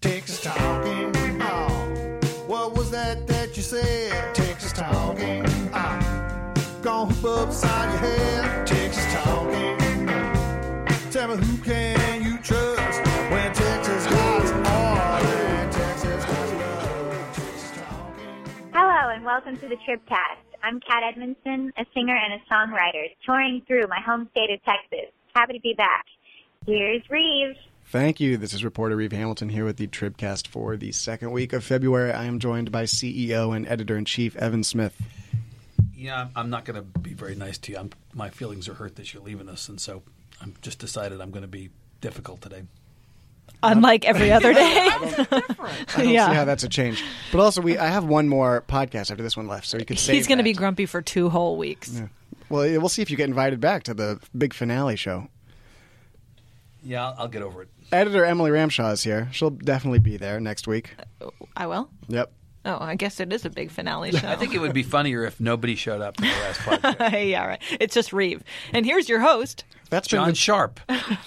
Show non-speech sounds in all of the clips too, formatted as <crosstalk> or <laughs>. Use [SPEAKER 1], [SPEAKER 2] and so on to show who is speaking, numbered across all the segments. [SPEAKER 1] Texas talking. Oh, what was that that you said? Texas talking. Ah, gone hoop upside your head. Texas talking. Tell me who can you trust when Texas guys are and Texas guys love Texas talking.
[SPEAKER 2] Hello and welcome to the Tripcast. I'm Kat Edmondson, a singer and a songwriter, touring through my home state of Texas. Happy to be back. Here's Reeves.
[SPEAKER 3] Thank you. This is reporter Reeve Hamilton here with the Tribcast for the second week of February. I am joined by CEO and editor in chief Evan Smith.
[SPEAKER 4] Yeah, I'm- I'm not going to be very nice to you. I'm, my feelings are hurt that you're leaving us, and so I'm just decided I'm going to be difficult today.
[SPEAKER 5] unlike every other day.
[SPEAKER 3] I don't
[SPEAKER 5] Yeah.
[SPEAKER 3] see how that's a change. But also, we I have one more podcast after this one left, so you could say
[SPEAKER 5] He's going to be grumpy for two whole weeks.
[SPEAKER 3] Well, yeah, we'll see if you get invited back to the big finale show.
[SPEAKER 4] Yeah, I'll, I'll get over it.
[SPEAKER 3] Editor Emily Ramshaw is here. She'll definitely be there next week.
[SPEAKER 5] I will.
[SPEAKER 3] Yep.
[SPEAKER 5] Oh, I guess it is a big finale <laughs> show.
[SPEAKER 4] I think it would be funnier if nobody showed up for the last podcast.
[SPEAKER 5] <laughs> yeah, right. It's just Reeve, and here's your host.
[SPEAKER 3] That's been
[SPEAKER 4] <laughs> John
[SPEAKER 3] the,
[SPEAKER 4] Sharp,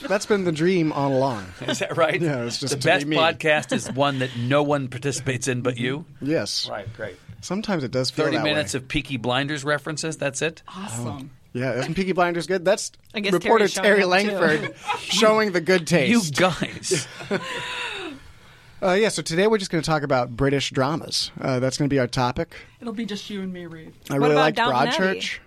[SPEAKER 3] that's been the dream all along.
[SPEAKER 4] <laughs> is that right?
[SPEAKER 3] Yeah, it's just
[SPEAKER 4] the
[SPEAKER 3] to be
[SPEAKER 4] best
[SPEAKER 3] me.
[SPEAKER 4] podcast is one that no one participates in but you.
[SPEAKER 3] Yes.
[SPEAKER 4] <laughs> Right, great.
[SPEAKER 3] Sometimes it does feel
[SPEAKER 4] Thirty
[SPEAKER 3] that
[SPEAKER 4] minutes
[SPEAKER 3] way.
[SPEAKER 4] of Peaky Blinders references. That's it.
[SPEAKER 6] Awesome.
[SPEAKER 3] yeah, isn't Peaky Blinders good? That's
[SPEAKER 5] I guess
[SPEAKER 3] reporter
[SPEAKER 5] Terry's showing
[SPEAKER 3] Terry
[SPEAKER 5] up, too. <laughs>
[SPEAKER 3] Langford showing the good taste.
[SPEAKER 4] You guys,
[SPEAKER 3] Uh, yeah, so today we're just going to talk about British dramas. Uh, that's going to be our topic.
[SPEAKER 6] It'll be just you and me, Reeve.
[SPEAKER 3] I
[SPEAKER 5] What
[SPEAKER 3] really
[SPEAKER 5] about
[SPEAKER 3] liked
[SPEAKER 5] Downton
[SPEAKER 3] Broadchurch.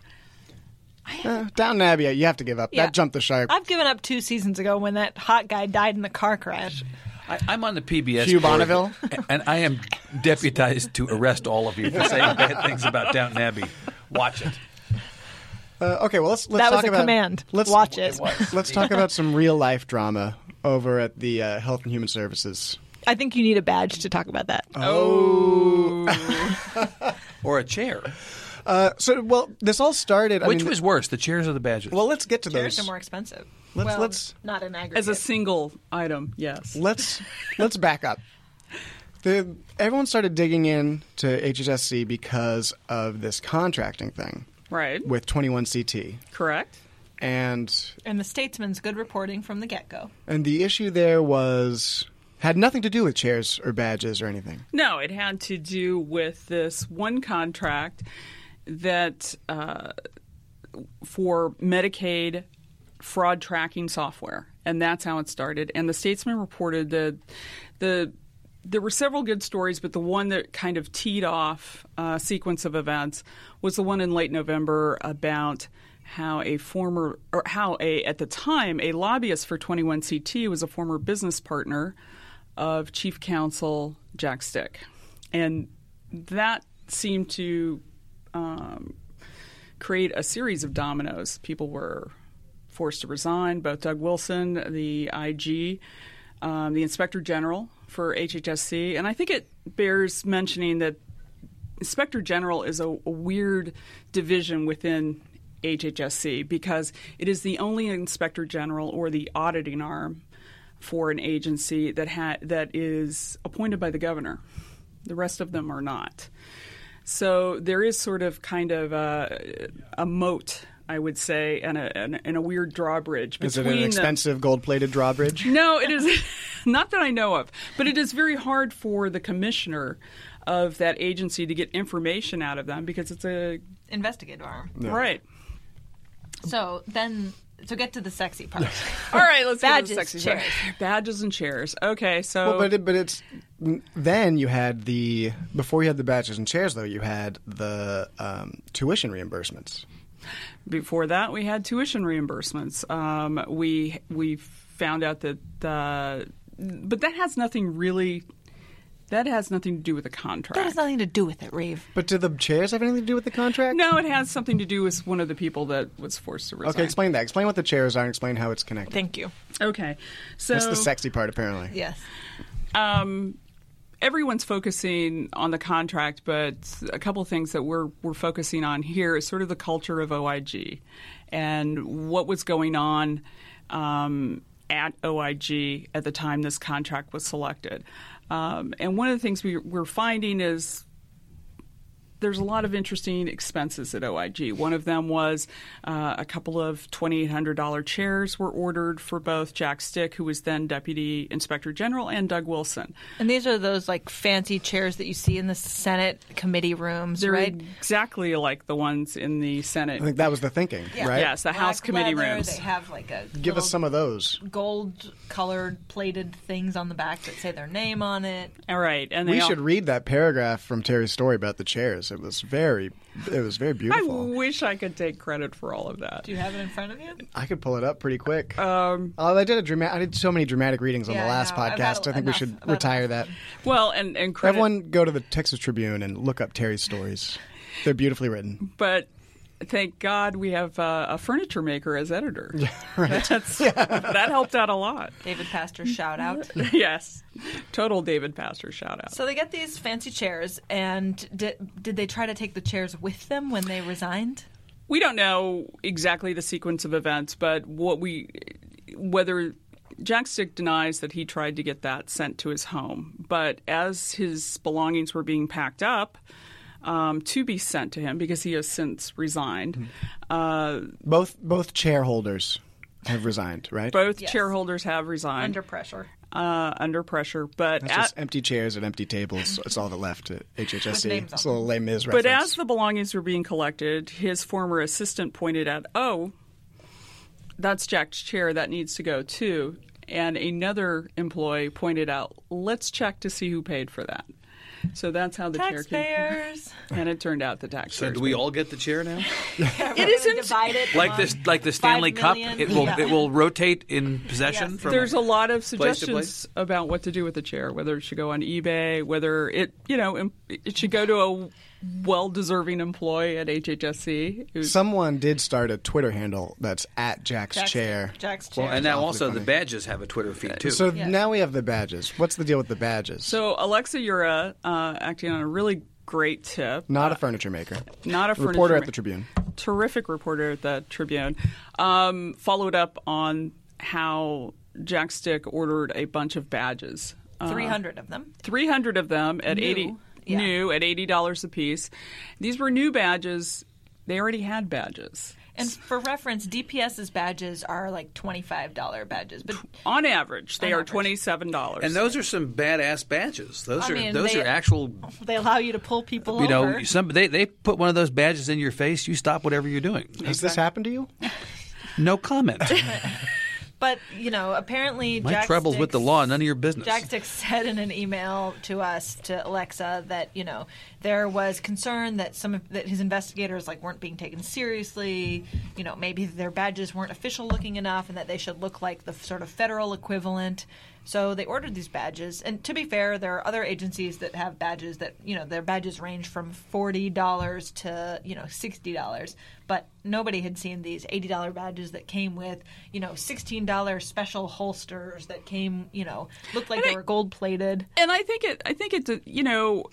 [SPEAKER 3] Uh, Downton Abbey, you have to give up.
[SPEAKER 5] Yeah.
[SPEAKER 3] That jumped the shark.
[SPEAKER 5] I've given up two seasons ago when that hot guy died in the car crash.
[SPEAKER 4] I, I'm on the PBS.
[SPEAKER 3] Hugh
[SPEAKER 4] board,
[SPEAKER 3] Bonneville?
[SPEAKER 4] and I am deputized to arrest all of you for saying bad things about Downton Abbey. Watch it.
[SPEAKER 3] Uh, okay, well let's let's
[SPEAKER 5] That was
[SPEAKER 3] talk
[SPEAKER 5] a
[SPEAKER 3] about
[SPEAKER 5] command.
[SPEAKER 3] Let's
[SPEAKER 5] Watch it.
[SPEAKER 3] <laughs> Let's talk about some real life drama over at the uh, Health and Human Services.
[SPEAKER 5] I think you need a badge to talk about that.
[SPEAKER 4] or a chair.
[SPEAKER 3] Uh, so, well, this all started. I
[SPEAKER 4] Which
[SPEAKER 3] mean,
[SPEAKER 4] was worse, the chairs or the badges?
[SPEAKER 3] well, let's get to
[SPEAKER 5] Chairs are
[SPEAKER 3] those.
[SPEAKER 5] more expensive.
[SPEAKER 3] Let's
[SPEAKER 5] well,
[SPEAKER 3] let's
[SPEAKER 5] not in aggregate.
[SPEAKER 6] As a single item, yes.
[SPEAKER 3] let's let's back up. The, everyone started digging in to HHSC because of this contracting thing
[SPEAKER 6] Right.
[SPEAKER 3] with 21CT.
[SPEAKER 6] Correct.
[SPEAKER 3] and
[SPEAKER 5] and the Statesman's good reporting from the get go.
[SPEAKER 3] and the issue there was had nothing to do with chairs or badges or anything.
[SPEAKER 6] No, it had to do with this one contract that uh, for Medicaid fraud tracking software, and that's how it started. And the Statesman reported that the there were several good stories, but the one that kind of teed off a sequence of events was the one in late November about how a former or how a at the time a lobbyist for 21CT was a former business partner of Chief Counsel Jack Stick, and that seemed to um, create a series of dominoes. People were forced to resign. Both Doug Wilson, the IG, um, the Inspector General for HHSC, and I think it bears mentioning that Inspector General is a, a weird division within HHSC because it is the only Inspector General or the auditing arm for an agency that ha- that is appointed by the governor. The rest of them are not. So there is sort of kind of a, a moat, I would say, and a, and a- and a weird drawbridge
[SPEAKER 3] Is it
[SPEAKER 6] between uh,
[SPEAKER 3] an
[SPEAKER 6] the-
[SPEAKER 3] expensive gold-plated drawbridge?
[SPEAKER 6] no, it is <laughs> not that I know of, but it is very hard for the commissioner of that agency to get information out of them because it's a
[SPEAKER 5] Investigative arm.
[SPEAKER 3] <laughs>
[SPEAKER 6] right.
[SPEAKER 5] So then, so get to the sexy <laughs> part.
[SPEAKER 6] All right, let's go to
[SPEAKER 5] Badges,
[SPEAKER 6] the sexy part. Badges and chairs. Okay,
[SPEAKER 3] <laughs>
[SPEAKER 6] so
[SPEAKER 3] Well, but it, but it's then you had the before you had the badges and chairs though you had the um, tuition reimbursements.
[SPEAKER 6] before that, we had tuition reimbursements. Um, we we found out that, uh, but that has nothing really. That has nothing to do with the contract.
[SPEAKER 5] that has nothing to do with it, Reeve.
[SPEAKER 3] But did the chairs have anything to do with the contract?
[SPEAKER 6] no, it has something to do with one of the people that was forced to resign.
[SPEAKER 3] Okay, explain that. Explain what the chairs are and explain how it's connected.
[SPEAKER 5] Thank you.
[SPEAKER 6] Okay, so
[SPEAKER 3] That's the sexy part, apparently.
[SPEAKER 5] Yes.
[SPEAKER 6] um, everyone's focusing on the contract, but a couple of things that we're we're focusing on here is sort of the culture of OIG and what was going on um, at OIG at the time this contract was selected. Um, and one of the things we, we're finding is there's a lot of interesting expenses at OIG. One of them was uh, a couple of $2,800 chairs were ordered for both Jack Stick, who was then Deputy Inspector General, and Doug Wilson.
[SPEAKER 5] And these are those like fancy chairs that you see in the Senate committee rooms,
[SPEAKER 6] They're
[SPEAKER 5] right?
[SPEAKER 6] exactly like the ones in the Senate.
[SPEAKER 3] I think that was the thinking, right?
[SPEAKER 6] Yes, the House committee rooms.
[SPEAKER 5] They have like a
[SPEAKER 3] Give us some of those.
[SPEAKER 5] gold colored plated things on the back that say their name on it.
[SPEAKER 6] All right, and they
[SPEAKER 3] We
[SPEAKER 6] all-
[SPEAKER 3] should read that paragraph from Terry's story about the chairs. It was very, it was very
[SPEAKER 6] I
[SPEAKER 3] beautiful.
[SPEAKER 6] wish I could take credit for all of that.
[SPEAKER 5] Do you have it in front of you?
[SPEAKER 3] I could pull it up pretty quick. Um, oh, I did a dramatic. I did so many dramatic readings on
[SPEAKER 5] Yeah,
[SPEAKER 3] the
[SPEAKER 5] I
[SPEAKER 3] last
[SPEAKER 5] know. About
[SPEAKER 3] podcast. I think we
[SPEAKER 5] enough-
[SPEAKER 3] should
[SPEAKER 5] about
[SPEAKER 3] retire
[SPEAKER 5] enough.
[SPEAKER 3] that.
[SPEAKER 6] Well, and and credit,
[SPEAKER 3] Everyone, go to the Texas Tribune and look up Terry's stories. They're beautifully written.
[SPEAKER 6] but thank God we have uh, a furniture maker
[SPEAKER 3] <laughs>
[SPEAKER 6] as editor. That's, That helped out a lot. <laughs>
[SPEAKER 5] David Pastor
[SPEAKER 3] <laughs>
[SPEAKER 5] shout out.
[SPEAKER 6] yes, total David Pastor shout out.
[SPEAKER 5] So they get these fancy chairs, and did, did they try to take the chairs with them when they resigned?
[SPEAKER 6] we don't know exactly the sequence of events, but what we whether Jack Stick denies that he tried to get that sent to his home, but as his belongings were being packed up um, to be sent to him because he has since resigned, uh,
[SPEAKER 3] Both both chair holders have resigned, right?
[SPEAKER 6] both
[SPEAKER 5] Yes.
[SPEAKER 6] shareholders have resigned
[SPEAKER 5] Under pressure.
[SPEAKER 6] uh, under pressure. But
[SPEAKER 3] It's
[SPEAKER 6] at-
[SPEAKER 3] just empty chairs and empty tables. It's all that left at HHSC.
[SPEAKER 5] names
[SPEAKER 3] It's a
[SPEAKER 5] on
[SPEAKER 3] little lame is
[SPEAKER 6] But as the belongings were being collected, his former assistant pointed out, oh, that's Jack's chair. That needs to go too. And another employee pointed out, let's check to see who paid for that. So that's how the chair
[SPEAKER 5] Taxpayers.
[SPEAKER 6] came. And it turned out the taxpayers.
[SPEAKER 4] So do we all get the chair now?
[SPEAKER 5] <laughs> it isn't divided.
[SPEAKER 4] Like this, like the Stanley Cup,
[SPEAKER 5] million.
[SPEAKER 4] it will
[SPEAKER 5] Yeah.
[SPEAKER 4] it will rotate in possession.
[SPEAKER 5] Yes.
[SPEAKER 4] From
[SPEAKER 6] There's a lot of
[SPEAKER 4] place
[SPEAKER 6] suggestions
[SPEAKER 4] to place?
[SPEAKER 6] about what to do with the chair, whether it should go on eBay, whether it, you know, em- it should go to a well-deserving employee at HHSC. who-
[SPEAKER 3] Someone did start a Twitter handle that's at Jack's, chair.
[SPEAKER 5] Jack's chair.
[SPEAKER 4] Well, and now
[SPEAKER 3] Awfully
[SPEAKER 4] also the
[SPEAKER 3] funny.
[SPEAKER 4] badges have a Twitter feed too.
[SPEAKER 3] So
[SPEAKER 5] Yeah.
[SPEAKER 3] now we have the badges. What's the deal with the badges?
[SPEAKER 6] So Alexa Yura uh, acting on a really great tip.
[SPEAKER 3] Not a furniture maker.
[SPEAKER 6] Not a furniture
[SPEAKER 3] reporter at
[SPEAKER 6] ma-
[SPEAKER 3] the Tribune.
[SPEAKER 6] Terrific reporter at the Tribune. Um, followed up on how Jack Stick ordered a bunch of badges. Uh,
[SPEAKER 5] 300 of them.
[SPEAKER 6] 300 of them at
[SPEAKER 5] New.
[SPEAKER 6] 80
[SPEAKER 5] Yeah.
[SPEAKER 6] new at $80 a piece. These were new badges. They already had badges.
[SPEAKER 5] And for reference, DPS's badges are like $25 badges. But
[SPEAKER 6] On average, they
[SPEAKER 5] On
[SPEAKER 6] are
[SPEAKER 5] average.
[SPEAKER 6] $27.
[SPEAKER 4] and those are some badass badges. Those
[SPEAKER 5] I
[SPEAKER 4] are
[SPEAKER 5] mean,
[SPEAKER 4] those
[SPEAKER 5] they-
[SPEAKER 4] are actual.
[SPEAKER 5] they allow you to pull people
[SPEAKER 4] You know,
[SPEAKER 5] over.
[SPEAKER 4] some they they put one of those badges in your face. You stop whatever you're doing.
[SPEAKER 3] Has this happened to you?
[SPEAKER 4] No comment.
[SPEAKER 5] But, you know, apparently
[SPEAKER 4] My
[SPEAKER 5] Jack
[SPEAKER 4] troubles with the
[SPEAKER 5] Stick's-
[SPEAKER 4] law, none of your business.
[SPEAKER 5] Jack Stick said in an email to us to Alexa that you know there was concern that some of that his investigators like weren't being taken seriously. You know, maybe their badges weren't official looking enough, and that they should look like the sort of federal equivalent. So they ordered these badges. And to be fair, there are other agencies that have badges that you know their badges range from forty dollars to you know sixty dollars, but nobody had seen these $80 badges that came with, you know, $16 special holsters that came, you know, looked like they were gold plated.
[SPEAKER 6] and I think it. I think it's a, you know,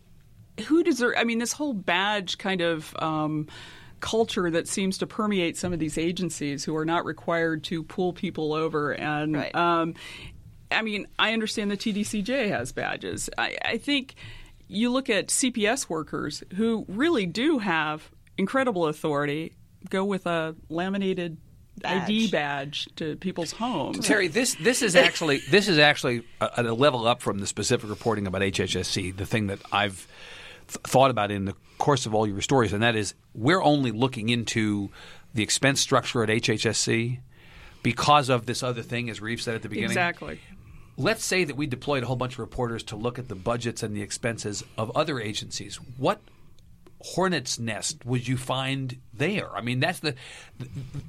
[SPEAKER 6] who deserve? I mean, this whole badge kind of um, culture that seems to permeate some of these agencies who are not required to pull people over and.
[SPEAKER 5] Right.
[SPEAKER 6] Um, I mean, I understand the TDCJ has badges. I, I think you look at CPS workers who really do have incredible authority. Go with a laminated
[SPEAKER 5] Badge.
[SPEAKER 6] ID badge to people's homes.
[SPEAKER 4] Terry, this this is actually this is actually a, a level up from the specific reporting about HHSC. The thing that I've th- thought about in the course of all your stories, and that is we're only looking into the expense structure at HHSC because of this other thing, as Reeve said at the beginning.
[SPEAKER 6] Exactly.
[SPEAKER 4] Let's say that we deployed a whole bunch of reporters to look at the budgets and the expenses of other agencies. What hornet's nest would you find there? I mean, that's the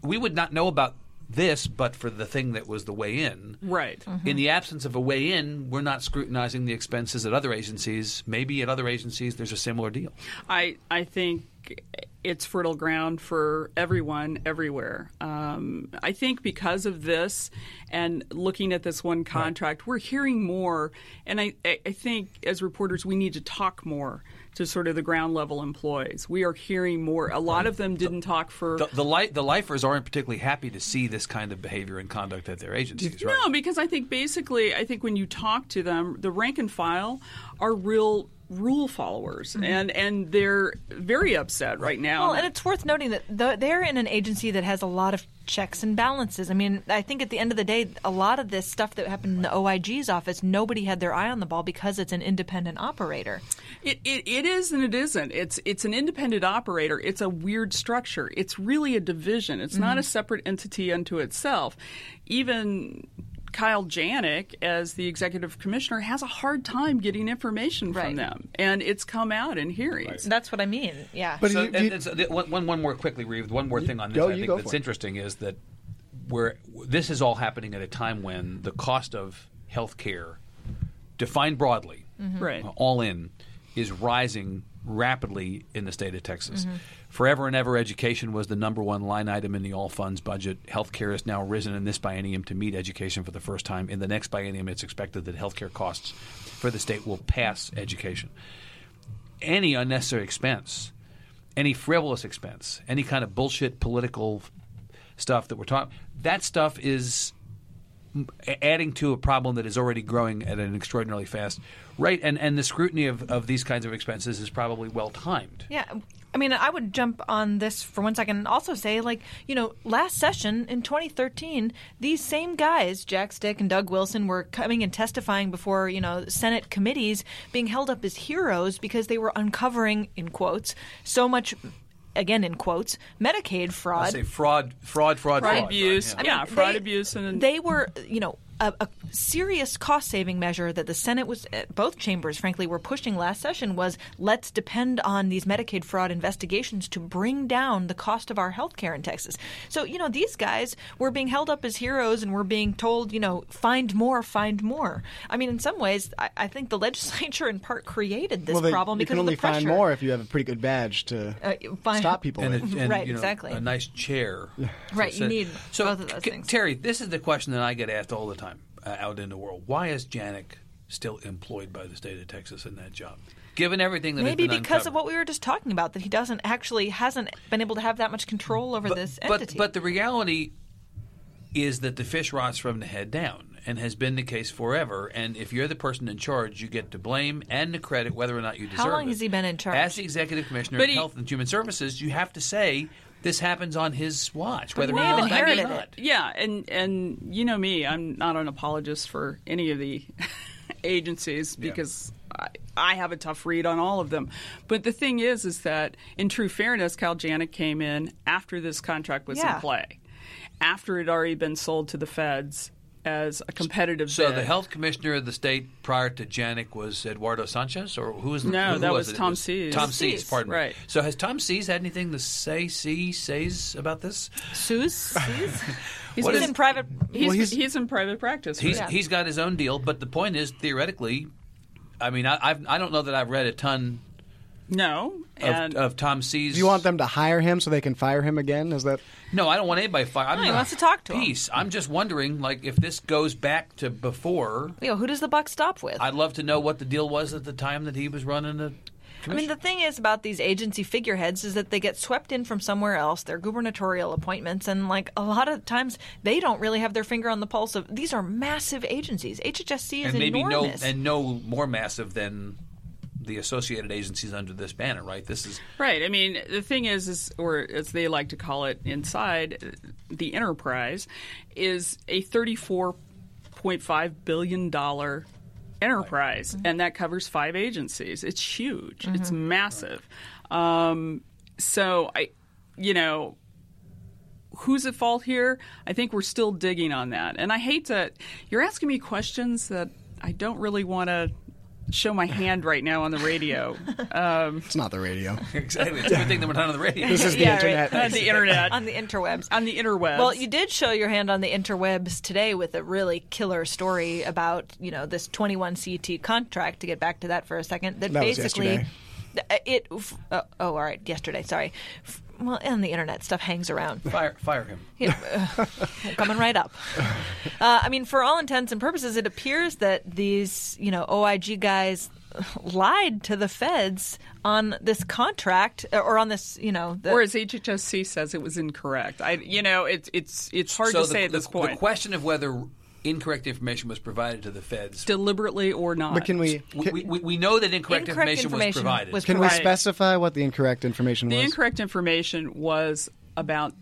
[SPEAKER 4] we would not know about this, but for the thing that was the way in.
[SPEAKER 6] Right.
[SPEAKER 4] In the absence of a way in, we're not scrutinizing the expenses at other agencies. Maybe at other agencies, there's a similar deal.
[SPEAKER 6] I I think it's fertile ground for everyone everywhere. Um, I think because of this and looking at this one contract, we're hearing more, and I I I think as reporters we need to talk more to sort of the ground level employees. We are hearing more. A lot of them didn't talk for.
[SPEAKER 4] The, the, li- the lifers aren't particularly happy to see this kind of behavior and conduct at their agencies, right?
[SPEAKER 6] No, because I think basically, I think when you talk to them, the rank and file are real rule followers,
[SPEAKER 4] Mm-hmm.
[SPEAKER 6] and and they're very upset right now.
[SPEAKER 5] Well, and it's worth noting that th- they're in an agency that has a lot of checks and balances. I mean, I think at the end of the day, a lot of this stuff that happened in the OIG's office, nobody had their eye on the ball because it's an independent operator.
[SPEAKER 6] It, it, it is and it isn't. It's it's an independent operator. It's a weird structure. It's really a division. It's not a separate entity unto itself. Even Kyle Janik, as the executive commissioner, has a hard time getting information from
[SPEAKER 5] Right.
[SPEAKER 6] them, and it's come out in hearings.
[SPEAKER 5] That's what I mean. Yeah.
[SPEAKER 3] But
[SPEAKER 4] So,
[SPEAKER 3] you-
[SPEAKER 4] and-
[SPEAKER 3] you-
[SPEAKER 4] and so the- one, one- one more quickly, Reeve. One more thing on this.
[SPEAKER 3] go,
[SPEAKER 4] I
[SPEAKER 3] you
[SPEAKER 4] think
[SPEAKER 3] go
[SPEAKER 4] that's
[SPEAKER 3] for it.
[SPEAKER 4] interesting is that where this is all happening at a time when the cost of health care, defined broadly, uh,
[SPEAKER 6] Right.
[SPEAKER 4] all in, is rising rapidly in the state of Texas. Forever and ever, education was the number one line item in the all funds budget. Healthcare has now risen in this biennium to meet education for the first time. In the next biennium, it's expected that healthcare costs for the state will pass education. Any unnecessary expense, any frivolous expense, any kind of bullshit political stuff that we're talking, that stuff is a- adding to a problem that is already growing at an extraordinarily fast rate. And and the scrutiny of, of these kinds of expenses is probably well timed.
[SPEAKER 5] Yeah. I mean, I would jump on this for one second and also say, like, you know, last session in 2013, these same guys, Jack Stick and Doug Wilson, were coming and testifying before, you know, Senate committees, being held up as heroes because they were uncovering, in quotes, so much, again, in quotes, Medicaid fraud.
[SPEAKER 4] I say fraud, fraud, fraud, fraud.
[SPEAKER 6] Fraud abuse.
[SPEAKER 4] yeah.
[SPEAKER 6] yeah, fraud abuse, and
[SPEAKER 5] they were, you know, a, a serious cost saving measure that the Senate was, uh, both chambers, frankly, were pushing last session was let's depend on these Medicaid fraud investigations to bring down the cost of our health care in Texas. So, you know, these guys were being held up as heroes and were being told, you know, find more, find more. I mean, in some ways, I, I think the <laughs> legislature in part created this
[SPEAKER 3] well, they,
[SPEAKER 5] problem
[SPEAKER 3] you
[SPEAKER 5] because
[SPEAKER 3] can only
[SPEAKER 5] of the pressure. Uh,
[SPEAKER 3] find more if you have a pretty good badge to
[SPEAKER 5] you find-
[SPEAKER 3] stop people.
[SPEAKER 4] And,
[SPEAKER 3] with.
[SPEAKER 4] a, and
[SPEAKER 5] Right,
[SPEAKER 4] you know,
[SPEAKER 5] exactly.
[SPEAKER 4] a nice chair.
[SPEAKER 5] Right, you
[SPEAKER 4] So-
[SPEAKER 5] need
[SPEAKER 4] so,
[SPEAKER 5] both of those
[SPEAKER 4] K-
[SPEAKER 5] things.
[SPEAKER 4] Terry, this is the question that I get asked all the time uh, out in the world. Why is Janik still employed by the state of Texas in that job? Given everything that has
[SPEAKER 5] Maybe
[SPEAKER 4] been
[SPEAKER 5] because of
[SPEAKER 4] uncovered?
[SPEAKER 5] what we were just talking about, that he doesn't actually hasn't been able to have that much control over this entity.
[SPEAKER 4] But, but the reality is that the fish rots from the head down and has been the case forever. And if you're the person in charge, you get to blame and the credit whether or not you deserve
[SPEAKER 5] long
[SPEAKER 4] it.
[SPEAKER 5] has he been in charge?
[SPEAKER 4] As the executive commissioner
[SPEAKER 6] But
[SPEAKER 4] of
[SPEAKER 6] he-
[SPEAKER 4] Health and Human Services, you have to say this happens on his watch, whether
[SPEAKER 5] may
[SPEAKER 4] he
[SPEAKER 5] have
[SPEAKER 4] did it or
[SPEAKER 5] inherited
[SPEAKER 4] not.
[SPEAKER 6] Yeah, and and you know me, I'm not an apologist for any of the <laughs> agencies because I, I have a tough read on all of them. But the thing is, is that in true fairness, Cal Janik came in after this contract was
[SPEAKER 5] Yeah.
[SPEAKER 6] in play, after it had already been sold to the feds as a competitive.
[SPEAKER 4] So
[SPEAKER 6] bid.
[SPEAKER 4] the health commissioner of the state prior to Janik was Eduardo Sanchez, or who was the-
[SPEAKER 6] No,
[SPEAKER 4] who
[SPEAKER 6] that
[SPEAKER 4] was,
[SPEAKER 6] was
[SPEAKER 4] it? It
[SPEAKER 6] Tom Seas.
[SPEAKER 4] Tom
[SPEAKER 5] Seas,
[SPEAKER 4] Seas, pardon me.
[SPEAKER 6] right.
[SPEAKER 4] So has Tom Seas had anything to say, see, says about this?
[SPEAKER 5] Sue's,
[SPEAKER 4] <laughs>
[SPEAKER 5] he's,
[SPEAKER 6] What
[SPEAKER 5] he's
[SPEAKER 6] is-
[SPEAKER 5] in private.
[SPEAKER 6] he's,
[SPEAKER 3] he's-
[SPEAKER 6] he's, in private practice.
[SPEAKER 4] He's
[SPEAKER 6] right?
[SPEAKER 4] he's got his own deal, but the point is theoretically, I mean, I I've, I don't know that I've read a ton
[SPEAKER 6] no,
[SPEAKER 4] of,
[SPEAKER 6] and
[SPEAKER 4] of Tom C's.
[SPEAKER 3] Do you want them to hire him so they can fire him again? Is that
[SPEAKER 4] No, I don't want anybody fired. I'm
[SPEAKER 5] No, he
[SPEAKER 4] not-
[SPEAKER 5] wants to talk to him.
[SPEAKER 4] Peace. I'm just wondering, like, if this goes back to before,
[SPEAKER 5] You know, who does the buck stop with?
[SPEAKER 4] I'd love to know what the deal was at the time that he was running the.
[SPEAKER 5] I mean, the thing is about these agency figureheads is that they get swept in from somewhere else, their gubernatorial appointments, and like a lot of times they don't really have their finger on the pulse of these are massive agencies. HHSC is
[SPEAKER 4] and maybe
[SPEAKER 5] enormous.
[SPEAKER 4] no and no more massive than the associated agencies under this banner, right? This is <laughs>
[SPEAKER 6] Right. I mean, the thing is, is, or as they like to call it inside, the enterprise is a $34.5 billion enterprise, and that covers five agencies. It's huge, it's massive. Um, so, I, you know, who's at fault here? I think we're still digging on that. And I hate that you're asking me questions that I don't really want to show my hand right now on the radio. uh,
[SPEAKER 3] it's not the
[SPEAKER 5] <laughs>
[SPEAKER 3] radio?
[SPEAKER 4] exactly. It's a good thing that we're not on the radio.
[SPEAKER 3] This is the
[SPEAKER 5] Yeah, right.
[SPEAKER 3] internet.
[SPEAKER 6] on the internet.
[SPEAKER 5] on the interwebs.
[SPEAKER 6] on the interwebs.
[SPEAKER 5] Well, you did show your hand on the interwebs today with a really killer story about you know this 21 CT contract. To get back to that for a second, that,
[SPEAKER 3] That was
[SPEAKER 5] basically
[SPEAKER 3] yesterday.
[SPEAKER 5] th- it. f- Uh, oh, all right, yesterday. Sorry. F- Well, and the internet stuff hangs around.
[SPEAKER 4] Fire, fire him.
[SPEAKER 5] Yeah, uh, coming right up. Uh, I mean, for all intents and purposes, it appears that these, you know, OIG guys lied to the feds on this contract uh, or on this, you know, the,
[SPEAKER 6] or as HHSC says, it was incorrect. I, you know, it's it's it's hard
[SPEAKER 4] so
[SPEAKER 6] to
[SPEAKER 4] the,
[SPEAKER 6] say at
[SPEAKER 4] the-
[SPEAKER 6] this point.
[SPEAKER 4] The question of whether incorrect information was provided to the feds.
[SPEAKER 6] deliberately or not.
[SPEAKER 3] But can we
[SPEAKER 4] We-
[SPEAKER 3] can,
[SPEAKER 4] we, we, we know that incorrect,
[SPEAKER 5] Incorrect
[SPEAKER 4] was
[SPEAKER 5] information
[SPEAKER 4] provided.
[SPEAKER 5] was-
[SPEAKER 3] can we
[SPEAKER 6] Right.
[SPEAKER 3] specify what the incorrect information
[SPEAKER 6] The
[SPEAKER 3] was?
[SPEAKER 6] incorrect information was about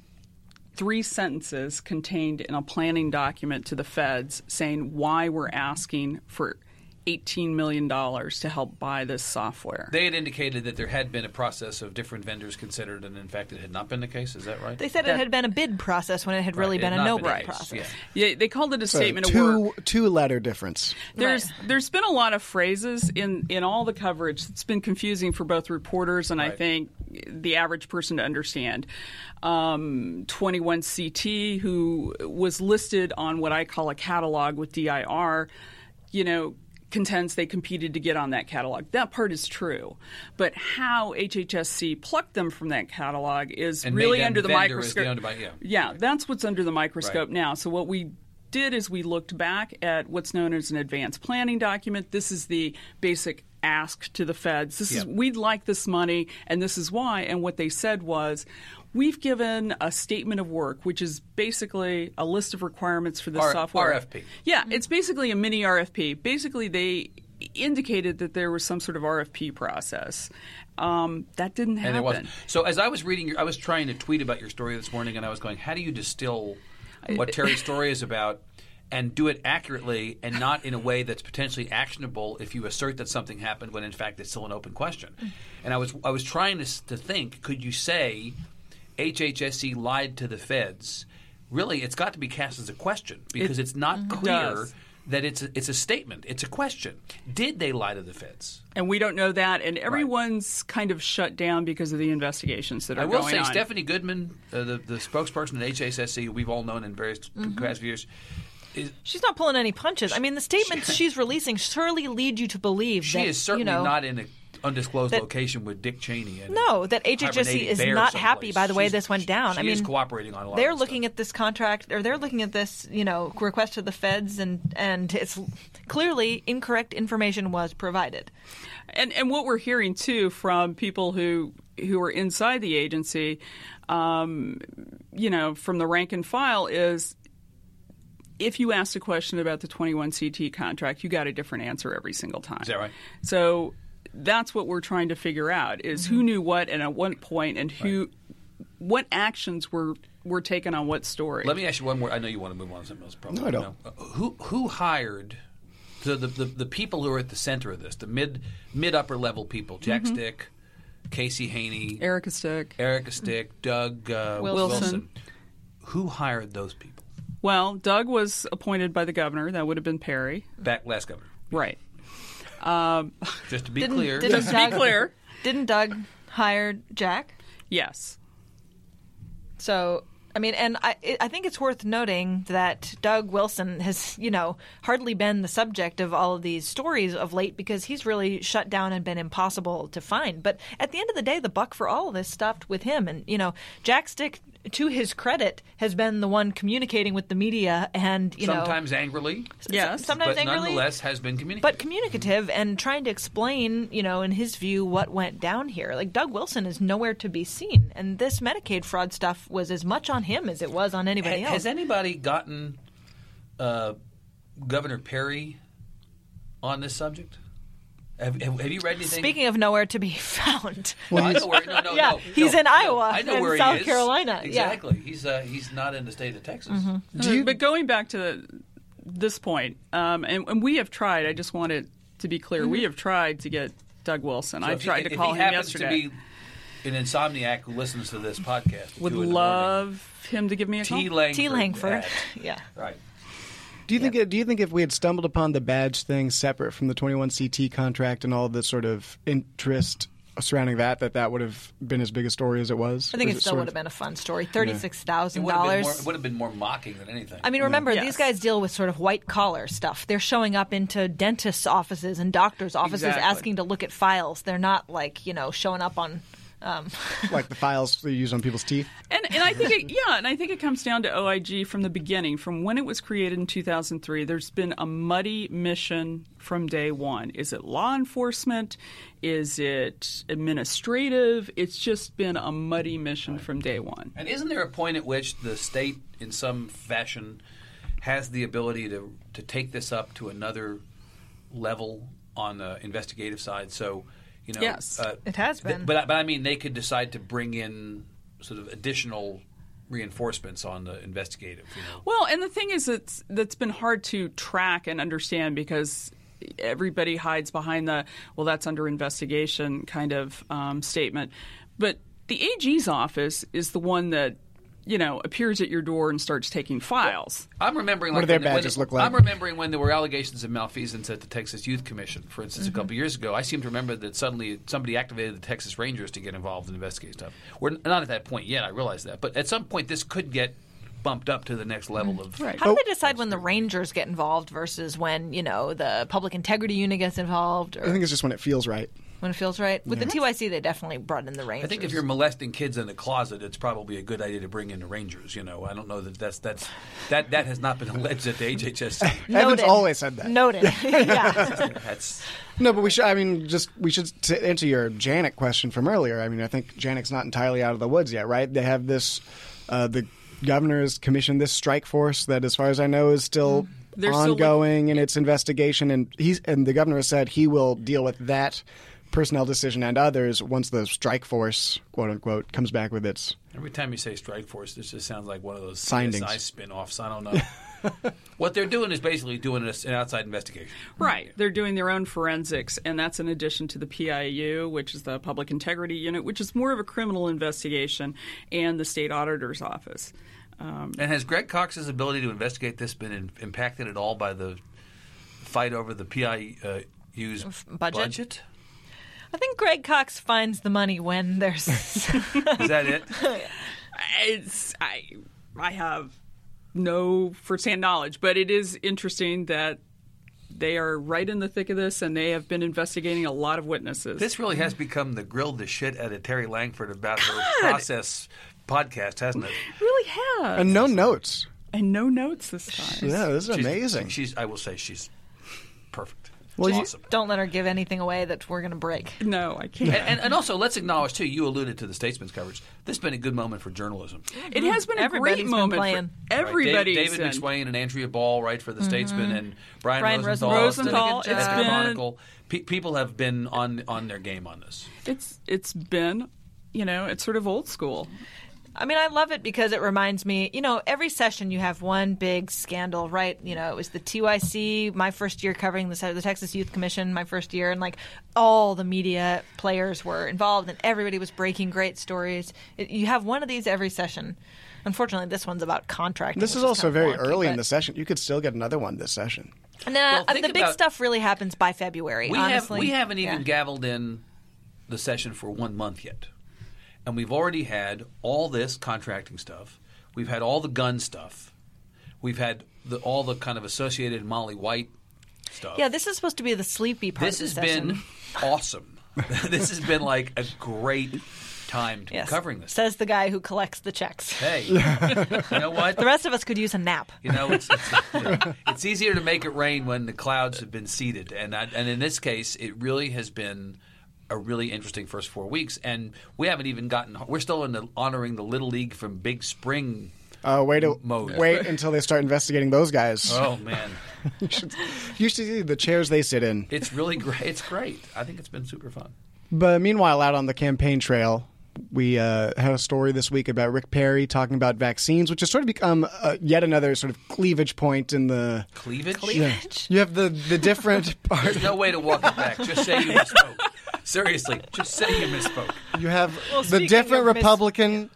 [SPEAKER 6] three sentences contained in a planning document to the feds saying why we're asking for $18 million to help buy this software.
[SPEAKER 4] they had indicated that there had been a process of different vendors considered, and in fact, it had not been the case. Is that right?
[SPEAKER 5] They said it had been a bid process when it had
[SPEAKER 4] Right,
[SPEAKER 5] really
[SPEAKER 4] it
[SPEAKER 5] been
[SPEAKER 4] had not
[SPEAKER 5] a no
[SPEAKER 4] been the
[SPEAKER 5] bid
[SPEAKER 4] case,
[SPEAKER 5] process.
[SPEAKER 4] yeah.
[SPEAKER 6] yeah, they called it a
[SPEAKER 3] So
[SPEAKER 6] statement of work.
[SPEAKER 3] Uh, two two letter difference.
[SPEAKER 6] There's
[SPEAKER 5] Right.
[SPEAKER 6] there's been a lot of phrases in in all the coverage. It's been confusing for both reporters and I
[SPEAKER 4] Right.
[SPEAKER 6] think the average person to understand. Um, 21CT, who was listed on what I call a catalog with DIR, you know. Contends they competed to get on that catalog. That part is true, but how HHSC plucked them from that catalog is
[SPEAKER 4] And made
[SPEAKER 6] really
[SPEAKER 4] them
[SPEAKER 6] under the
[SPEAKER 4] vendor as the
[SPEAKER 6] microscope.
[SPEAKER 4] owned by- yeah.
[SPEAKER 6] Yeah, that's what's under the microscope
[SPEAKER 4] Right.
[SPEAKER 6] now. So what we did is we looked back at what's known as an advanced planning document. This is the basic ask to the feds. This is
[SPEAKER 4] Yeah.
[SPEAKER 6] we'd like this money and this is why and what they said was we've given a statement of work which is basically a list of requirements for this
[SPEAKER 4] R-
[SPEAKER 6] software.
[SPEAKER 4] RFP.
[SPEAKER 6] Yeah, it's basically a mini RFP. Basically they indicated that there was some sort of RFP process. Um, that didn't
[SPEAKER 4] and
[SPEAKER 6] happen.
[SPEAKER 4] it wasn't. So as I was reading, your, I was trying to tweet about your story this morning, and I was going, "How do you distill what Terry's story is about?" And do it accurately and not in a way that's potentially actionable if you assert that something happened when in fact it's still an open question. And I was I was trying to, s- to think could you say HHSC lied to the feds? Really, it's got to be cast as a question because it's not clear
[SPEAKER 6] does.
[SPEAKER 4] that it's a, it's a statement, it's a question. Did they lie to the feds?
[SPEAKER 6] and we don't know that. And everyone's kind of shut down because of the investigations that are
[SPEAKER 4] I will
[SPEAKER 6] going
[SPEAKER 4] say
[SPEAKER 6] on.
[SPEAKER 4] Stephanie Goodman, uh, the, the spokesperson at HSSC, we've all known in various
[SPEAKER 5] Mm-hmm.
[SPEAKER 4] capacity years. Is,
[SPEAKER 5] She's not pulling any punches. I mean, the statements she's releasing surely lead you to believe
[SPEAKER 4] she
[SPEAKER 5] that
[SPEAKER 4] is certainly
[SPEAKER 5] you know,
[SPEAKER 4] not in an undisclosed
[SPEAKER 5] that-
[SPEAKER 4] location with Dick Cheney. And
[SPEAKER 5] No, that HHSC is not happy by the way this went down.
[SPEAKER 4] She
[SPEAKER 5] I
[SPEAKER 4] is
[SPEAKER 5] mean,
[SPEAKER 4] cooperating on a lot.
[SPEAKER 5] they're
[SPEAKER 4] of
[SPEAKER 5] looking at this contract or they're looking at this you know request to the feds and and it's clearly incorrect information was provided
[SPEAKER 6] and and what we're hearing too from people who who are inside the agency, um, you know, from the rank and file is. If you asked a question about the 21 CT contract, you got a different answer every single time. Is
[SPEAKER 4] that right?
[SPEAKER 6] So that's what we're trying to figure out is
[SPEAKER 4] Mm-hmm.
[SPEAKER 6] who knew what and at what point and who what actions were were taken on what story.
[SPEAKER 4] Let me ask you one more. I know you want to move on to something else. Probably.
[SPEAKER 3] No, I don't.
[SPEAKER 4] Uh, Who who hired the, the the the people who are at the center of this? The mid mid upper level people: Jack
[SPEAKER 5] Mm-hmm.
[SPEAKER 4] Stick, Casey Haney,
[SPEAKER 6] Erica Stick.
[SPEAKER 4] Erica Stick, Doug uh,
[SPEAKER 5] Wilson.
[SPEAKER 4] Wilson. Who hired those people?
[SPEAKER 6] Well, Doug was appointed by the governor. That would have been Perry.
[SPEAKER 4] Back last governor.
[SPEAKER 6] Right.
[SPEAKER 4] Just to be
[SPEAKER 5] didn't,
[SPEAKER 4] clear,
[SPEAKER 5] didn't
[SPEAKER 6] to be
[SPEAKER 5] doug,
[SPEAKER 6] clear.
[SPEAKER 5] didn't doug hire jack
[SPEAKER 6] Yes.
[SPEAKER 5] so I mean, and I, I think it's worth noting that Doug Wilson has, you know, hardly been the subject of all of these stories of late because he's really shut down and been impossible to find. But at the end of the day, the buck for all of this stopped with him. And, you know, Jack Stick, to his credit, has been the one communicating with the media and, you know,
[SPEAKER 4] sometimes angrily,
[SPEAKER 6] Yes,
[SPEAKER 5] sometimes
[SPEAKER 4] but
[SPEAKER 5] angrily,
[SPEAKER 4] nonetheless has been communicated.
[SPEAKER 5] but communicative and trying to explain, you know, in his view, what went down here. Like Doug Wilson is nowhere to be seen, and this Medicaid fraud stuff was as much on him as it was on anybody
[SPEAKER 4] Ha-
[SPEAKER 5] else.
[SPEAKER 4] has anybody gotten uh, Governor Perry on this subject? Have, have, have you read anything?
[SPEAKER 5] Speaking of nowhere to be <laughs> found,
[SPEAKER 4] well, I know where, no, no,
[SPEAKER 5] <laughs> Yeah,
[SPEAKER 4] no,
[SPEAKER 5] he's
[SPEAKER 4] no,
[SPEAKER 5] in
[SPEAKER 4] no.
[SPEAKER 5] Iowa
[SPEAKER 4] I know
[SPEAKER 5] and
[SPEAKER 4] where
[SPEAKER 5] South
[SPEAKER 4] he is.
[SPEAKER 5] Carolina, yeah. Mm-hmm.
[SPEAKER 4] Exactly. He's uh, he's not in the state of Texas.
[SPEAKER 3] Do you,
[SPEAKER 6] but going back to this point, um, and, and we have tried. I just want it to be clear. We have tried to get Doug Wilson.
[SPEAKER 4] Mm-hmm. So
[SPEAKER 6] I
[SPEAKER 4] if he-
[SPEAKER 6] tried
[SPEAKER 4] if
[SPEAKER 6] to call
[SPEAKER 4] he
[SPEAKER 6] him
[SPEAKER 4] happens
[SPEAKER 6] yesterday.
[SPEAKER 4] To be an insomniac who listens to this podcast, at
[SPEAKER 6] Would
[SPEAKER 4] two in the morning,
[SPEAKER 6] love him to give me a call.
[SPEAKER 4] T. Langford.
[SPEAKER 5] T. Langford.
[SPEAKER 4] at-
[SPEAKER 5] Yeah.
[SPEAKER 4] Right.
[SPEAKER 3] do you think it, do you think if we had stumbled upon the badge thing separate from the 21CT contract and all the sort of interest surrounding that that that would have been as big a story as it was?
[SPEAKER 5] I think
[SPEAKER 3] Or
[SPEAKER 5] it
[SPEAKER 3] is
[SPEAKER 5] still
[SPEAKER 3] sort
[SPEAKER 5] would
[SPEAKER 3] of-
[SPEAKER 5] have been a fun story. Thirty-six
[SPEAKER 4] It
[SPEAKER 5] thousand
[SPEAKER 4] would, have been more, it
[SPEAKER 5] dollars.
[SPEAKER 4] would have been more mocking than anything.
[SPEAKER 5] I mean, remember
[SPEAKER 6] Yes.
[SPEAKER 5] these guys deal with sort of white collar stuff. They're showing up into dentists' offices and doctors' offices
[SPEAKER 6] Exactly.
[SPEAKER 5] asking to look at files. They're not like you know showing up on. Um,
[SPEAKER 3] like the files they use on people's teeth.
[SPEAKER 6] And, and I think it, yeah, and I think it comes down to OIG from the beginning, from when it was created in 2003. There's been a muddy mission from day one. Is it law enforcement? Is it administrative? It's just been a muddy mission from day one.
[SPEAKER 4] And isn't there a point at which the state, in some fashion, has the ability to to take this up to another level on the investigative side. So, you know, uh,
[SPEAKER 6] Yes.
[SPEAKER 5] It has
[SPEAKER 4] th-
[SPEAKER 5] been.
[SPEAKER 4] but I- but I mean, they could decide to bring in sort of additional reinforcements on the investigative. You know.
[SPEAKER 6] Well, and the thing is, it's that's been hard to track and understand because everybody hides behind the "well, that's under investigation" kind of um, statement. But the AG's office is the one that you know appears at your door and starts taking files.
[SPEAKER 4] I'm remembering
[SPEAKER 3] What do
[SPEAKER 4] like
[SPEAKER 3] their
[SPEAKER 4] when- when-
[SPEAKER 3] badges look like?
[SPEAKER 4] I'm remembering when there were allegations of malfeasance at the Texas Youth Commission, for instance, a couple
[SPEAKER 3] Mm-hmm.
[SPEAKER 4] years ago. I seem to remember that suddenly somebody activated the Texas Rangers to get involved and investigate stuff. We're n- not at that point yet. I realize that, but at some point, this could get bumped up to the next
[SPEAKER 3] Mm-hmm.
[SPEAKER 4] level of
[SPEAKER 6] Right.
[SPEAKER 3] Oh,
[SPEAKER 5] How do they decide when the Rangers get involved versus when you know the Public Integrity Unit gets involved
[SPEAKER 3] I
[SPEAKER 5] or
[SPEAKER 3] think it's just when it feels right.
[SPEAKER 5] when it feels right? With the TYC, they definitely brought in the Rangers.
[SPEAKER 4] I think if you're molesting kids in the closet, it's probably a good idea to bring in the Rangers. You know, I don't know that that's that's that that has not been alleged at the HHS.
[SPEAKER 3] Evans
[SPEAKER 5] Noted.
[SPEAKER 3] always said that.
[SPEAKER 5] Noted. <laughs>
[SPEAKER 3] <laughs>
[SPEAKER 5] yeah.
[SPEAKER 4] That's
[SPEAKER 3] No, but we should. I mean, just we should to answer your Janet question from earlier. I mean, I think Janet's not entirely out of the woods yet, right? They have this. Uh, the governor has commissioned this strike force that, as far as I know, is still
[SPEAKER 6] They're still
[SPEAKER 3] ongoing in its investigation, and he's and the governor has said he will deal with that personnel decision and others once the strike force, quote unquote, comes back with its.
[SPEAKER 4] Every time you say strike force, this just sounds like one of those
[SPEAKER 3] Findings.
[SPEAKER 4] CSI spin-offs. I don't know.
[SPEAKER 3] <laughs>
[SPEAKER 4] what they're doing is basically doing an outside investigation.
[SPEAKER 6] Right. They're doing their own forensics, and that's in addition to the PIU, which is the Public Integrity Unit, which is more of a criminal investigation, and the State Auditor's Office.
[SPEAKER 4] And has Greg Cox's ability to investigate this been in, impacted at all by the fight over the uh, PIU's
[SPEAKER 5] budget? I think Greg Cox finds the money when there's.
[SPEAKER 4] Is that it?
[SPEAKER 6] It's I I have no firsthand knowledge, but it is interesting that they are right in the thick of this, and they have been investigating a lot of witnesses.
[SPEAKER 4] this really has become the grilled the shit out of Terry Langford about her process podcast, hasn't it?
[SPEAKER 6] really has,
[SPEAKER 3] And no notes.
[SPEAKER 6] and no notes this time.
[SPEAKER 3] Yeah, this is
[SPEAKER 4] She's-
[SPEAKER 3] amazing.
[SPEAKER 4] She's, I will say, she's perfect.
[SPEAKER 3] Well,
[SPEAKER 5] <laughs>
[SPEAKER 3] you-
[SPEAKER 4] awesome.
[SPEAKER 5] Don't let her give anything away that we're going to break.
[SPEAKER 6] No, I can't.
[SPEAKER 4] And, and also, let's acknowledge too. You alluded to the Statesman's coverage. This has been a good moment for journalism.
[SPEAKER 6] It has been a
[SPEAKER 5] Everybody's
[SPEAKER 6] great
[SPEAKER 5] been
[SPEAKER 6] moment.
[SPEAKER 5] playing.
[SPEAKER 6] For everybody,
[SPEAKER 4] Right, David, David McSwain and Andrea Ball, right for the Statesman, and Brian,
[SPEAKER 5] Mm-hmm. Brian
[SPEAKER 4] Rosenthal, and
[SPEAKER 5] Rosenthal.
[SPEAKER 4] the- and
[SPEAKER 5] Rosenthal,
[SPEAKER 4] the
[SPEAKER 5] it's
[SPEAKER 4] Chronicle. Pe- people have been on on their game on this.
[SPEAKER 6] It's it's been, you know, it's sort of old school.
[SPEAKER 5] I mean, I love it because it reminds me, you know, every session you have one big scandal, right? You know, it was the TYC, my first year covering the, the Texas Youth Commission, my first year, and like all the media players were involved and everybody was breaking great stories. It, you have one of these every session. Unfortunately, this one's about contracting.
[SPEAKER 3] this
[SPEAKER 5] which
[SPEAKER 3] is also
[SPEAKER 5] kind
[SPEAKER 3] very
[SPEAKER 5] of wonky,
[SPEAKER 3] early in
[SPEAKER 5] but-
[SPEAKER 3] the session. You could still get another one this session.
[SPEAKER 5] Nah,
[SPEAKER 4] Well, think
[SPEAKER 5] the big
[SPEAKER 4] about-
[SPEAKER 5] stuff really happens by February.
[SPEAKER 4] We
[SPEAKER 5] honestly,
[SPEAKER 4] have we haven't even
[SPEAKER 5] Yeah.
[SPEAKER 4] gavelled in the session for one month yet, and we've already had all this contracting stuff. We've had all the gun stuff. We've had the, all the kind of associated Molly White stuff.
[SPEAKER 5] Yeah, this is supposed to be the sleepy part.
[SPEAKER 4] this
[SPEAKER 5] of
[SPEAKER 4] has
[SPEAKER 5] the session.
[SPEAKER 4] been <laughs> awesome. this has been like a great time to
[SPEAKER 5] Yes.
[SPEAKER 4] be covering this.
[SPEAKER 5] Says the guy who collects the checks.
[SPEAKER 4] Hey, you know what?
[SPEAKER 5] <laughs> The rest of us could use a nap.
[SPEAKER 4] You know, it's, it's, you know, it's easier to make it rain when the clouds have been seeded, and I, and in this case, it really has been a really interesting first four weeks, and we haven't even gotten. We're still in the honoring the little league from Big Spring.
[SPEAKER 3] Uh, wait to
[SPEAKER 4] Mode.
[SPEAKER 3] wait until they start investigating those guys.
[SPEAKER 4] Oh
[SPEAKER 5] <laughs>
[SPEAKER 4] man,
[SPEAKER 3] You should, you should see the chairs they sit in.
[SPEAKER 4] it's really great. It's great. I think it's been super fun.
[SPEAKER 3] But meanwhile, out on the campaign trail, we uh, had a story this week about Rick Perry talking about vaccines, which has sort of become uh, yet another sort of cleavage point in the.
[SPEAKER 4] Cleavage.
[SPEAKER 3] You have the the
[SPEAKER 5] <laughs>
[SPEAKER 3] different part.
[SPEAKER 4] There's no way to walk it back. Just say you misspoke. Seriously, just say you misspoke.
[SPEAKER 3] You have the
[SPEAKER 5] speaking
[SPEAKER 3] different
[SPEAKER 5] of mis-
[SPEAKER 3] Republican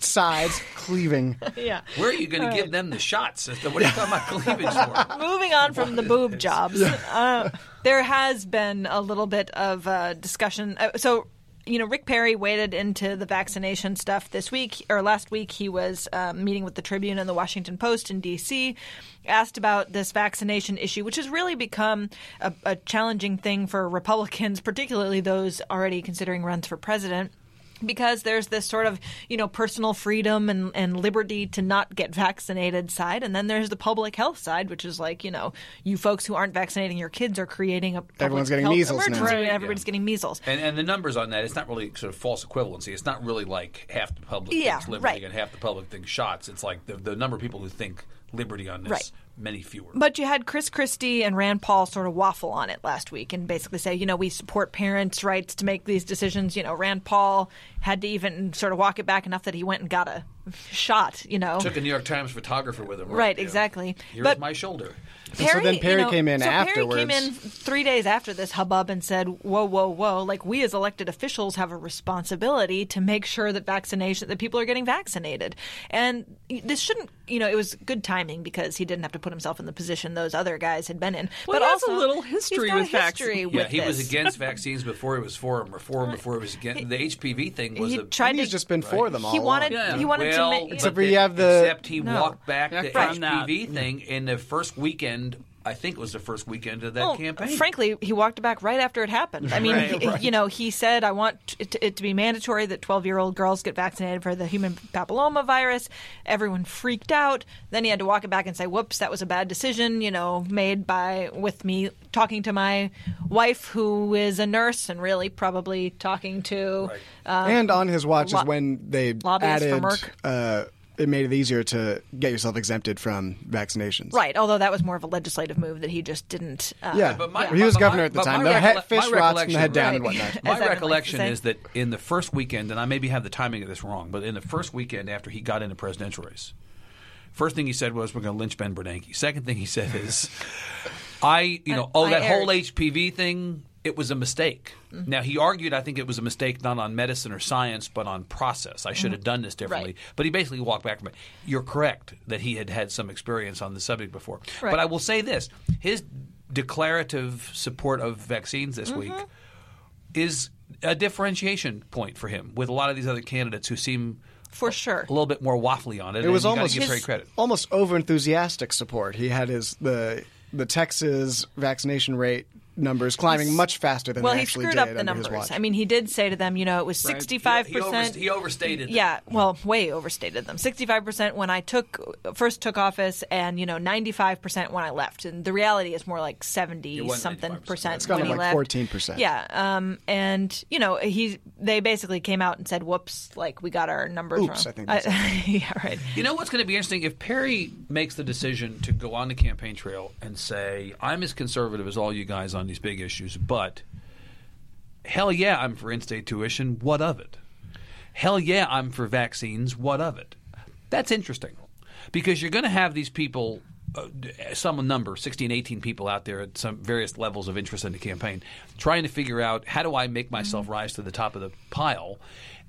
[SPEAKER 3] sides
[SPEAKER 5] <laughs>
[SPEAKER 3] cleaving.
[SPEAKER 5] Yeah.
[SPEAKER 4] Where are you going to give them the shots? What are you talking about cleavage for?
[SPEAKER 5] Moving on from the boob jobs, uh, there has been a little bit of uh, discussion. Uh, so, you know, Rick Perry waded into the vaccination stuff this week or last week. He was um, meeting with the Tribune and the Washington Post in D.C. Asked about this vaccination issue, which has really become a, a challenging thing for Republicans, particularly those already considering runs for president. because there's this sort of you know personal freedom and, and liberty to not get vaccinated side and then there's the public health side which is like you know you folks who aren't vaccinating your kids are creating a public
[SPEAKER 3] Everyone's getting
[SPEAKER 5] health
[SPEAKER 3] measles now.
[SPEAKER 5] emergency
[SPEAKER 3] Right,
[SPEAKER 5] and everybody's getting measles
[SPEAKER 4] And, and the numbers on that, it's not really sort of false equivalency. It's not really like half the public
[SPEAKER 5] Yeah,
[SPEAKER 4] thinks liberty
[SPEAKER 5] right.
[SPEAKER 4] and half the public thinks shots. It's like the, the number of people who think liberty on this.
[SPEAKER 5] Right.
[SPEAKER 4] Many fewer.
[SPEAKER 5] But you had Chris Christie and Rand Paul sort of waffle on it last week and basically say, you know, we support parents' rights to make these decisions. You know, Rand Paul had to even sort of walk it back enough that he went and got a shot, you know.
[SPEAKER 4] Took a New York Times photographer with him.
[SPEAKER 5] Right,
[SPEAKER 4] you know,
[SPEAKER 5] exactly.
[SPEAKER 4] Here's
[SPEAKER 5] But-
[SPEAKER 4] my shoulder.
[SPEAKER 5] Perry,
[SPEAKER 3] then Perry
[SPEAKER 5] you know,
[SPEAKER 3] came in
[SPEAKER 5] so Perry came
[SPEAKER 3] afterwards.
[SPEAKER 5] in three days after this hubbub and said, "Whoa, whoa, whoa! Like we as elected officials have a responsibility to make sure that vaccination that people are getting vaccinated." And this shouldn't, you know, it was good timing because he didn't have to put himself in the position those other guys had been in.
[SPEAKER 6] Well,
[SPEAKER 5] but
[SPEAKER 6] he has a
[SPEAKER 5] also,
[SPEAKER 6] little
[SPEAKER 5] he's
[SPEAKER 6] history
[SPEAKER 5] got a
[SPEAKER 6] with vac-
[SPEAKER 5] history
[SPEAKER 6] Yeah,
[SPEAKER 5] with
[SPEAKER 4] yeah, he was
[SPEAKER 5] this.
[SPEAKER 4] against vaccines before he was for them, or for 'em before he was against. The HPV thing was
[SPEAKER 5] He
[SPEAKER 4] a
[SPEAKER 5] tried
[SPEAKER 3] He's
[SPEAKER 5] to-
[SPEAKER 3] just been for them all.
[SPEAKER 5] He
[SPEAKER 3] along.
[SPEAKER 5] wanted.
[SPEAKER 6] Yeah.
[SPEAKER 5] He wanted
[SPEAKER 4] well,
[SPEAKER 5] to. ma-
[SPEAKER 4] but
[SPEAKER 3] Except for you
[SPEAKER 4] then-
[SPEAKER 3] have the-
[SPEAKER 4] except he
[SPEAKER 5] No.
[SPEAKER 4] walked back the
[SPEAKER 6] Back from that.
[SPEAKER 4] HPV thing in the first weekend. I think was the first weekend of that
[SPEAKER 5] Well,
[SPEAKER 4] campaign.
[SPEAKER 5] Frankly, he walked it back right after it happened. I mean,
[SPEAKER 4] <laughs> Right,
[SPEAKER 5] he-
[SPEAKER 4] right.
[SPEAKER 5] you know, he said, "I want it to, it to be mandatory that 12-year-old girls get vaccinated for the human papilloma virus." Everyone freaked out. Then he had to walk it back and say, "Whoops, that was a bad decision." You know, made by with me talking to my wife, who is a nurse, and really probably talking to. um,
[SPEAKER 3] and on his watch
[SPEAKER 5] uh, lo-
[SPEAKER 3] is when they
[SPEAKER 5] lobbyists for
[SPEAKER 3] added.
[SPEAKER 5] Merck.
[SPEAKER 3] Uh, it made it easier to get yourself exempted from vaccinations.
[SPEAKER 5] Right, although that was more of a legislative move that he just didn't. Uh,
[SPEAKER 3] Yeah,
[SPEAKER 4] But my-
[SPEAKER 3] Well, he was
[SPEAKER 4] but my-
[SPEAKER 3] governor at the
[SPEAKER 4] but my
[SPEAKER 3] time. The
[SPEAKER 4] recolle-
[SPEAKER 3] head,
[SPEAKER 4] my
[SPEAKER 3] fish rots from the
[SPEAKER 4] recollection-
[SPEAKER 3] head down
[SPEAKER 5] Right.
[SPEAKER 3] and whatnot.
[SPEAKER 5] As
[SPEAKER 4] My
[SPEAKER 5] Evan likes to
[SPEAKER 4] recollection
[SPEAKER 5] say.
[SPEAKER 4] is that in the first weekend, and I maybe have the timing of this wrong, but in the first weekend after he got in the presidential race, first thing he said was, "We're going to lynch Ben Bernanke." Second thing he said is, "I, you know,
[SPEAKER 5] I-
[SPEAKER 4] oh
[SPEAKER 5] I
[SPEAKER 4] that whole
[SPEAKER 5] erred."
[SPEAKER 4] HPV thing, it was a mistake."
[SPEAKER 5] Mm-hmm.
[SPEAKER 4] Now he argued, I think it was a mistake not on medicine or science, but on process. I should
[SPEAKER 5] Mm-hmm.
[SPEAKER 4] have done this differently. But he basically walked back from it. You're correct that he had had some experience on the subject before.
[SPEAKER 5] Right.
[SPEAKER 4] But I will say this: his declarative support of vaccines this week
[SPEAKER 5] Mm-hmm.
[SPEAKER 4] is a differentiation point for him with a lot of these other candidates who seem
[SPEAKER 5] for sure.
[SPEAKER 4] a little bit more waffly on it.
[SPEAKER 3] It was almost
[SPEAKER 4] give Trey credit.
[SPEAKER 3] almost over enthusiastic support. He had his the the Texas vaccination rate numbers climbing much faster than
[SPEAKER 5] Well,
[SPEAKER 3] they
[SPEAKER 5] he
[SPEAKER 3] actually
[SPEAKER 5] screwed
[SPEAKER 3] did
[SPEAKER 5] up the
[SPEAKER 3] under his
[SPEAKER 5] numbers.
[SPEAKER 3] watch.
[SPEAKER 5] I mean, he did say to them, you know, it was
[SPEAKER 6] Right.
[SPEAKER 5] sixty-five
[SPEAKER 4] He,
[SPEAKER 5] percent.
[SPEAKER 4] overst- he overstated. it.
[SPEAKER 5] Yeah, well, way overstated them. Sixty-five percent when I took first took office, and you know, ninety-five percent when I left. And the reality is more like seventy
[SPEAKER 4] wasn't
[SPEAKER 5] something
[SPEAKER 4] 95%.
[SPEAKER 5] percent.
[SPEAKER 4] It's
[SPEAKER 3] gone
[SPEAKER 5] when
[SPEAKER 3] up
[SPEAKER 5] he
[SPEAKER 3] like
[SPEAKER 5] left.
[SPEAKER 3] 14%.
[SPEAKER 5] Yeah, um, and you know, he they basically came out and said, "Whoops, like we got our numbers
[SPEAKER 3] Oops,
[SPEAKER 5] wrong."
[SPEAKER 3] I think that's
[SPEAKER 5] <laughs> yeah, right.
[SPEAKER 4] You know what's going to be interesting if Perry makes the decision to go on the campaign trail and say, "I'm as conservative as all you guys on these big issues, but hell yeah, I'm for in-state tuition. What of it? Hell yeah, I'm for vaccines. What of it? That's interesting because you're going to have these people, uh, some number, 16, 18 people out there at some various levels of interest in the campaign, trying to figure out how do I make myself
[SPEAKER 3] Mm-hmm.
[SPEAKER 4] rise to the top of the pile,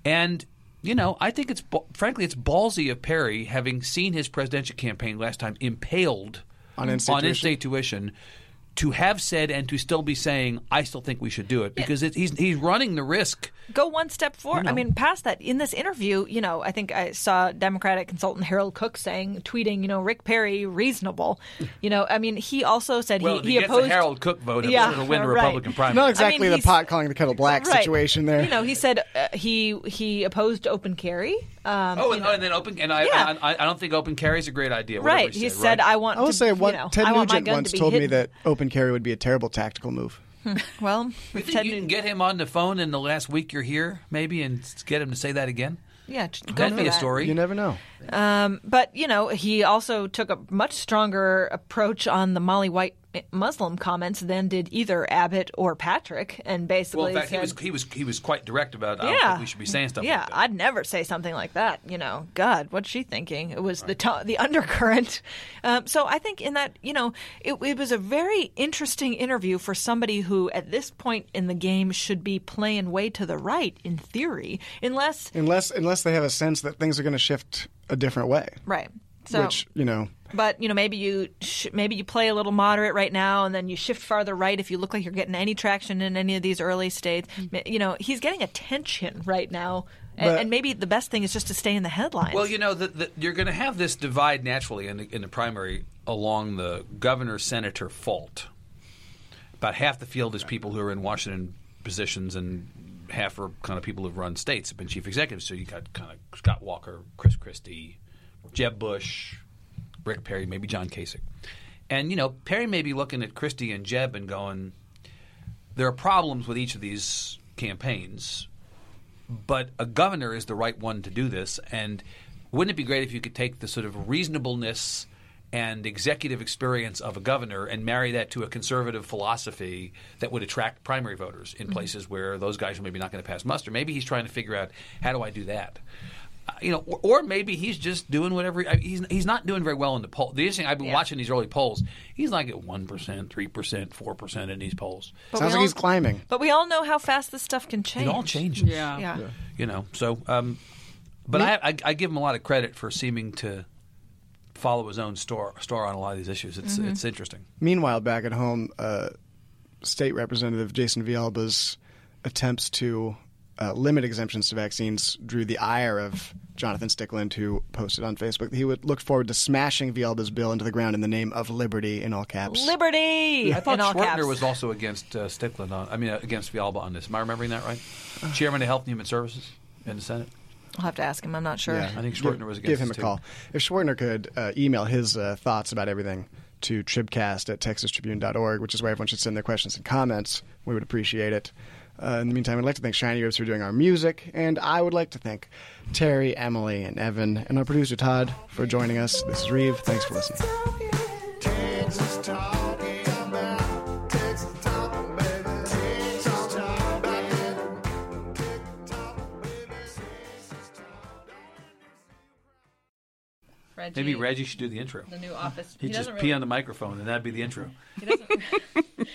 [SPEAKER 4] and. You know, I think it's ba- frankly it's ballsy of Perry, having seen his presidential campaign last time impaled
[SPEAKER 3] On in-state tuition?
[SPEAKER 4] in-state tuition to have said and to still be saying, I still think we should do it because it, he's he's running the risk.
[SPEAKER 5] go one step forward. I mean, past that, in this interview, you know, I think I saw Democratic consultant Harold Cook saying, tweeting, you know, Rick Perry reasonable. You know, I mean, he also said
[SPEAKER 4] Well,
[SPEAKER 5] he,
[SPEAKER 4] if he
[SPEAKER 5] he
[SPEAKER 4] gets
[SPEAKER 5] opposed
[SPEAKER 4] the Harold Cook vote,
[SPEAKER 5] Yeah,
[SPEAKER 4] it'll win the
[SPEAKER 5] right.
[SPEAKER 4] Republican primary.
[SPEAKER 3] not exactly the
[SPEAKER 5] he's-
[SPEAKER 3] pot calling the kettle black
[SPEAKER 5] Right.
[SPEAKER 3] situation there.
[SPEAKER 5] You know, he said uh, he he opposed open carry. Um,
[SPEAKER 4] oh, and, oh, and then open and I,
[SPEAKER 5] Yeah.
[SPEAKER 4] I, I don't think open carry is a great idea. whatever
[SPEAKER 5] right. He
[SPEAKER 4] right?
[SPEAKER 5] said, "I want."
[SPEAKER 3] I will
[SPEAKER 5] to,
[SPEAKER 3] say, one,
[SPEAKER 5] you know,
[SPEAKER 3] Ted
[SPEAKER 5] I want my
[SPEAKER 3] Nugent
[SPEAKER 5] gun
[SPEAKER 3] once
[SPEAKER 5] to be
[SPEAKER 3] told me
[SPEAKER 5] hidden."
[SPEAKER 3] that open carry would be a terrible tactical move.
[SPEAKER 5] Well,
[SPEAKER 4] You
[SPEAKER 5] with
[SPEAKER 4] think
[SPEAKER 5] Ted
[SPEAKER 4] you can
[SPEAKER 5] Nugent-
[SPEAKER 4] get him on the phone in the last week you're here, maybe, and s- get him to say that again.
[SPEAKER 5] yeah, just go
[SPEAKER 4] That'd
[SPEAKER 5] for
[SPEAKER 4] be a
[SPEAKER 5] that.
[SPEAKER 4] story.
[SPEAKER 3] You never know.
[SPEAKER 5] But you know, he also took a much stronger approach on the Molly White eh, Muslim comments than did either Abbott or Patrick, and basically
[SPEAKER 4] well, in fact, he
[SPEAKER 5] said,
[SPEAKER 4] was he was he was quite direct about. I don't
[SPEAKER 5] yeah,
[SPEAKER 4] think we should be saying stuff.
[SPEAKER 5] Yeah,
[SPEAKER 4] like that.
[SPEAKER 5] I'd never say something like that. You know, God, what's she thinking? It was the to- the <laughs> undercurrent. Um, so I think in that, you know, it, it was a very interesting interview for somebody who, at this point in the game, should be playing way to the right in theory, unless
[SPEAKER 3] Unless unless they have a sense that things are going to shift a different way.
[SPEAKER 5] right. So,
[SPEAKER 3] which, you know,
[SPEAKER 5] but you know maybe you sh- maybe you play a little moderate right now and then you shift farther right if you look like you're getting any traction in any of these early states Ma- you know he's getting attention right now and,
[SPEAKER 3] But-
[SPEAKER 5] and maybe the best thing is just to stay in the headlines
[SPEAKER 4] Well, you know, the, the, you're going to have this divide naturally in the, in the primary along the governor senator fault. About half the field is people who are in Washington positions, and half are kind of people who've run states, have been chief executives. So you got kind of Scott Walker, Chris Christie, Jeb Bush, Rick Perry, maybe John Kasich. And, you know, Perry may be looking at Christie and Jeb and going, there are problems with each of these campaigns, but a governor is the right one to do this. And wouldn't it be great if you could take the sort of reasonableness and executive experience of a governor and marry that to a conservative philosophy that would attract primary voters in places where those guys are maybe not going to pass muster. Maybe he's trying to figure out how do I do that. Uh, you know, or, or maybe he's just doing whatever I- he's he's not doing very well in the poll. The interesting I've been watching these early polls. He's like at one percent, three percent, four percent in these polls.
[SPEAKER 5] But
[SPEAKER 3] Sounds
[SPEAKER 5] we
[SPEAKER 3] like
[SPEAKER 5] all-
[SPEAKER 3] he's climbing.
[SPEAKER 5] But we all know how fast this stuff can change.
[SPEAKER 4] It all changes.
[SPEAKER 6] Yeah.
[SPEAKER 5] Yeah.
[SPEAKER 4] you know. So, um, but I, I, I give him a lot of credit for seeming to follow his own store star on a lot of these issues. It's it's interesting.
[SPEAKER 3] Meanwhile, back at home, uh, State Representative Jason Villalba's attempts to uh, limit exemptions to vaccines drew the ire of Jonathan Stickland, who posted on Facebook that he would look forward to smashing Villalba's bill into the ground in the name of liberty in all caps.
[SPEAKER 5] Liberty.
[SPEAKER 4] I thought
[SPEAKER 5] in all
[SPEAKER 4] Schwartner
[SPEAKER 5] caps.
[SPEAKER 4] was also against uh, Stickland on. I mean, uh, against Vialba on this. Am I remembering that right? Chairman of Health and Human Services in the Senate.
[SPEAKER 5] I'll have to ask him. I'm not sure.
[SPEAKER 3] Yeah.
[SPEAKER 4] I think
[SPEAKER 3] Give-
[SPEAKER 4] Schwartner was against
[SPEAKER 3] Give him a
[SPEAKER 4] this, too.
[SPEAKER 3] call. If Schwartner could uh, email his uh, thoughts about everything to tribcast at texastribune.org, which is where everyone should send their questions and comments, we would appreciate it. Uh, in the meantime, I'd like to thank Shiny Ribs for doing our music, and I would like to thank Terry, Emily, and Evan, and our producer Todd for joining us. This is Reeve. Thanks for listening.
[SPEAKER 1] Texas talking about Texas talking, baby. Texas talking, baby. Texas talking, baby. Texas talking.
[SPEAKER 7] Reggie,
[SPEAKER 4] Maybe Reggie should do the intro.
[SPEAKER 7] the new office.
[SPEAKER 4] He'd
[SPEAKER 7] he
[SPEAKER 4] just
[SPEAKER 7] doesn't
[SPEAKER 4] pee
[SPEAKER 7] really,
[SPEAKER 4] on the microphone, and that'd be the intro.
[SPEAKER 7] He doesn't.